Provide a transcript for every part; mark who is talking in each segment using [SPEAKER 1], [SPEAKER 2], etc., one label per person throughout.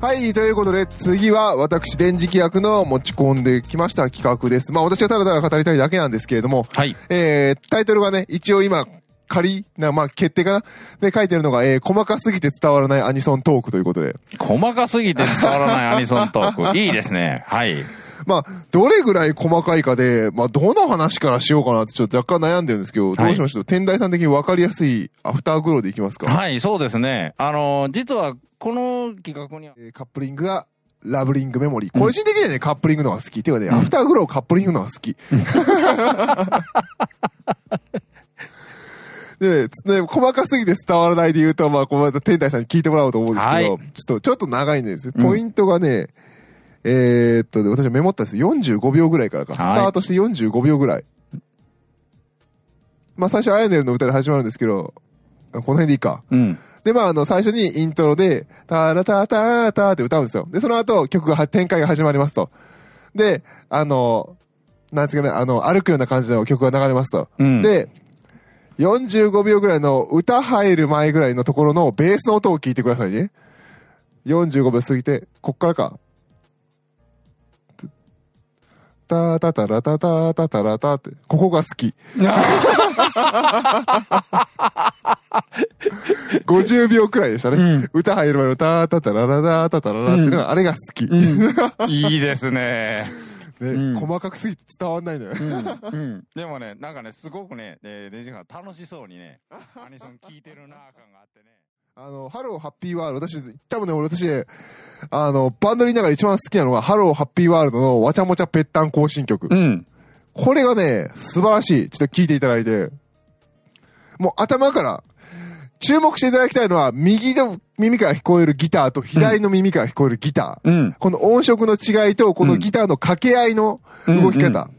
[SPEAKER 1] はい、ということで、次は私、電磁気役の持ち込んできました企画です。まあ、私はただただ語りたいだけなんですけれども、
[SPEAKER 2] はい。
[SPEAKER 1] えー、タイトルがね、一応今、仮な、まあ、決定かなで書いてるのが、えー、細かすぎて伝わらないアニソントークということで。
[SPEAKER 2] 細かすぎて伝わらないアニソントー ク。いいですね。はい。
[SPEAKER 1] まあ、どれぐらい細かいかで、まあ、どの話からしようかなってちょっと若干悩んでるんですけど、どうしましょう天台さん的に分かりやすいアフターグローでいきますか、
[SPEAKER 2] はい、そうですね。あのー、実は、この企画には、
[SPEAKER 1] えーカップリングが、ラブリングメモリー。個人的にはね、カップリングの方が好き。ていうかね、アフターグローカップリングの方が好き。 でね、つね細かすぎて伝わらないで言うと、まあ、この後天体さんに聞いてもらおうと思うんですけど、ちょっ
[SPEAKER 2] はい
[SPEAKER 1] と、ちょっと長いんです。
[SPEAKER 2] うん
[SPEAKER 1] ポイントがね、えーっと、私はメモったんですよ。45秒ぐらいからか。スタ
[SPEAKER 2] はい
[SPEAKER 1] ートして45秒ぐらい。まあ、最初、アヤネルの歌で始まるんですけど、あこの辺でいいか。
[SPEAKER 2] うん。
[SPEAKER 1] で、まあ、あの、最初にイントロで、タラタタラタって歌うんですよ。で、その後、曲がは、展開が始まりますと。で、あの、なんていうかね、あの、歩くような感じの曲が流れますと。
[SPEAKER 2] うん
[SPEAKER 1] で、45秒ぐらいの歌入る前ぐらいのところのベースの音を聞いてくださいね。45秒過ぎて、こっからか。タタタラタタタタラタって、ここが好き。50秒くらいでしたね。
[SPEAKER 2] うん
[SPEAKER 1] 歌入る前のタタタララタタタララっていうのが、あれが好き。
[SPEAKER 2] うんいいですね。
[SPEAKER 1] ね、
[SPEAKER 2] うん
[SPEAKER 1] 細かくすぎて伝わんないのよ。
[SPEAKER 2] うん。でもね、なんかね、すごくね、えー、デジが楽しそうにね、アニソン聴いてるな感があってね。
[SPEAKER 1] あの、ハローハッピーワールド、私、多分ね、俺私ね、あの、バンドにいながら一番好きなのは、ハローハッピーワールドのわちゃもちゃぺったん更新曲。
[SPEAKER 2] ん。
[SPEAKER 1] これがね、素晴らしい。ちょっと聞いていただいて。もう頭から、注目していただきたいのは、右の耳から聞こえるギターと左の耳から聞こえるギター。
[SPEAKER 2] うん。
[SPEAKER 1] この音色の違いと、このギターの掛け合いの動き方。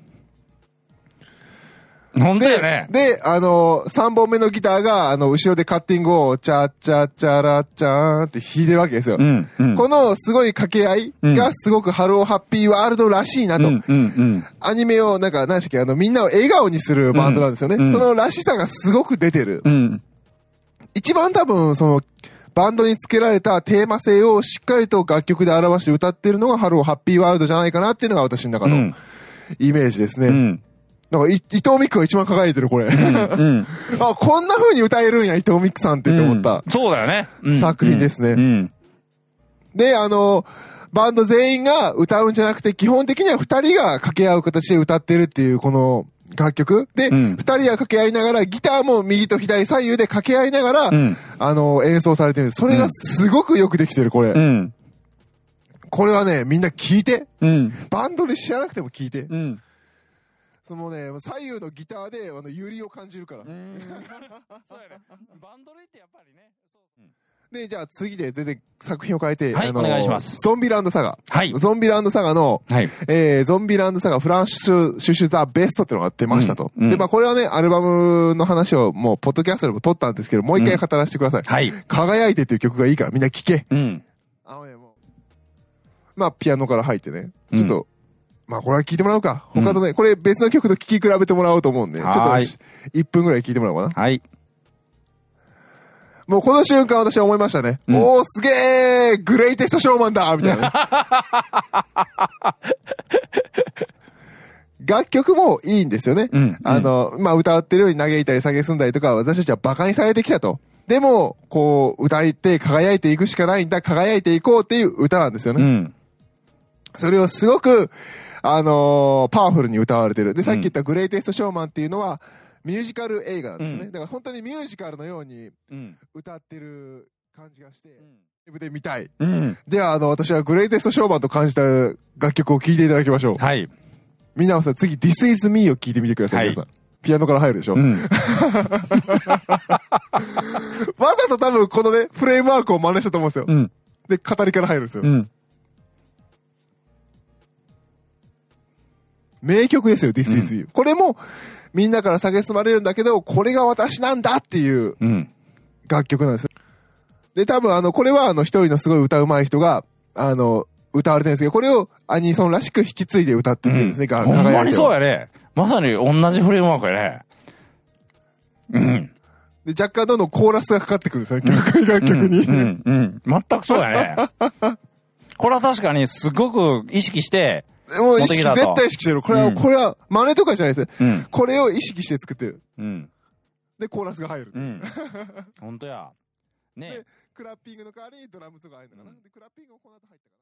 [SPEAKER 2] ほんとよね。
[SPEAKER 1] で、あのー、3本目のギターが、あの、後ろでカッティングを、チャチャチャラチャーンって弾いてるわけですよ。
[SPEAKER 2] ん。うん
[SPEAKER 1] このすごい掛け合いがすごくハローハッピーワールドらしいなと。
[SPEAKER 2] うんうんうん。
[SPEAKER 1] アニメをなんか、何でしたっけ、あの、みんなを笑顔にするバンドなんですよね。
[SPEAKER 2] うんうん
[SPEAKER 1] そのらしさがすごく出てる。
[SPEAKER 2] うん。
[SPEAKER 1] 一番多分、その、バンドにつけられたテーマ性をしっかりと楽曲で表して歌ってるのがハローハッピーワールドじゃないかなっていうのが私の中のイメージですね。
[SPEAKER 2] うん。
[SPEAKER 1] なんかい、伊藤美久が一番輝いてる、これ。
[SPEAKER 2] うん。
[SPEAKER 1] あ、こんな風に歌えるんや、伊藤美久さんってって思った。
[SPEAKER 2] うんそうだよね。うん
[SPEAKER 1] 作品ですね
[SPEAKER 2] うん。
[SPEAKER 1] で、あの、バンド全員が歌うんじゃなくて、基本的には二人が掛け合う形で歌ってるっていう、この楽曲。で、
[SPEAKER 2] う
[SPEAKER 1] 二、
[SPEAKER 2] ん
[SPEAKER 1] 人が掛け合いながら、ギターも右と左左右で掛け合いながら、
[SPEAKER 2] うん
[SPEAKER 1] あの、演奏されてるんです。それがすごくよくできてる、これ。
[SPEAKER 2] うん。
[SPEAKER 1] これはね、みんな聞いて。
[SPEAKER 2] うん。
[SPEAKER 1] バンドで知らなくても聞いて。
[SPEAKER 2] うん。
[SPEAKER 1] そのね、左右のギターで、あの、揺りを感じるから。
[SPEAKER 2] そうやね。バンドレってやっぱりね。
[SPEAKER 1] で、じゃあ次で全然作品を変えて、
[SPEAKER 2] はい
[SPEAKER 1] あの
[SPEAKER 2] お願いします
[SPEAKER 1] ゾンビランドサガ。
[SPEAKER 2] はい。
[SPEAKER 1] ゾンビランドサガの、
[SPEAKER 2] はい。
[SPEAKER 1] えー、ゾンビランドサガフランシュシュシュザ・ベストってのが出ましたと。
[SPEAKER 2] うんうん
[SPEAKER 1] で、まあこれはね、アルバムの話をもう、ポッドキャストでも撮ったんですけど、もう一回語らせてください。
[SPEAKER 2] はい。
[SPEAKER 1] 輝いてっていう曲がいいからみんな聴け。
[SPEAKER 2] うん。
[SPEAKER 1] あのね、もう。まあ、ピアノから入ってね。
[SPEAKER 2] うん
[SPEAKER 1] ちょっと、まあこれは聴いてもらおうか。他とね、これ別の曲と聴き比べてもらおうと思うんで、ちょっと
[SPEAKER 2] はーい
[SPEAKER 1] 1分ぐらい聴いてもらおうかな。
[SPEAKER 2] はい。
[SPEAKER 1] もうこの瞬間私は思いましたね。
[SPEAKER 2] うん
[SPEAKER 1] おーすげーグレイテストショーマンだみたい な。楽曲もいいんですよね。
[SPEAKER 2] うん
[SPEAKER 1] あの、まあ、歌ってるように嘆いたり下げすんだりとか、私たちは馬鹿にされてきたと。でも、こう、歌いて輝いていくしかないんだ、輝いていこうっていう歌なんですよね。
[SPEAKER 2] うん。
[SPEAKER 1] それをすごく、あのーパワフルに歌われてる。で、さっき言ったグレイテストショーマンっていうのは、ミュージカル映画なんですね。
[SPEAKER 2] うん
[SPEAKER 1] だから本当にミュージカルのように
[SPEAKER 2] うん。
[SPEAKER 1] 歌ってる感じがして、ライブで見たい。
[SPEAKER 2] うん。
[SPEAKER 1] では、あの、私はグレイテストショーマンと感じた楽曲を聴いていただきましょう。
[SPEAKER 2] はい。
[SPEAKER 1] みんなはさ、次、This is Me を聴いてみてください、
[SPEAKER 2] はい
[SPEAKER 1] 皆さん。ピアノから入るでしょ、
[SPEAKER 2] うん。
[SPEAKER 1] わざと多分このね、フレームワークを真似したと思うんですよ。
[SPEAKER 2] うん。
[SPEAKER 1] で、語りから入るんですよ。
[SPEAKER 2] うん。
[SPEAKER 1] 名曲ですよ、This is Me。これも、みんなから蔑まれるんだけど、これが私なんだっていう
[SPEAKER 2] うん。
[SPEAKER 1] 楽曲なんですよ。で、多分あの、これはあの、一人のすごい歌うまい人が、あの、歌われてるんですけど、これをアニソンらしく引き継いで歌ってってるんですね、が
[SPEAKER 2] ほんまにそう
[SPEAKER 1] や。
[SPEAKER 2] やね。まさに同じフレームワークやね。うん。
[SPEAKER 1] で、若干どんどんコーラスがかかってくるんですよ、曲楽曲に。
[SPEAKER 2] うん。うん。全くそうやね。これは確かにすごく意識して、
[SPEAKER 1] もう意
[SPEAKER 2] モテ
[SPEAKER 1] 識、
[SPEAKER 2] キだと
[SPEAKER 1] 絶対意識してる。これは、
[SPEAKER 2] うん
[SPEAKER 1] これは、真似とかじゃないです。
[SPEAKER 2] うん。
[SPEAKER 1] これを意識して作ってる。
[SPEAKER 2] うん。
[SPEAKER 1] で、コーラスが入る。
[SPEAKER 2] うん。本当や。ねえ
[SPEAKER 1] でクラッピングの代わりにドラムとか入るのかな。
[SPEAKER 2] うん
[SPEAKER 1] で、クラッピングもこの後入ったかな。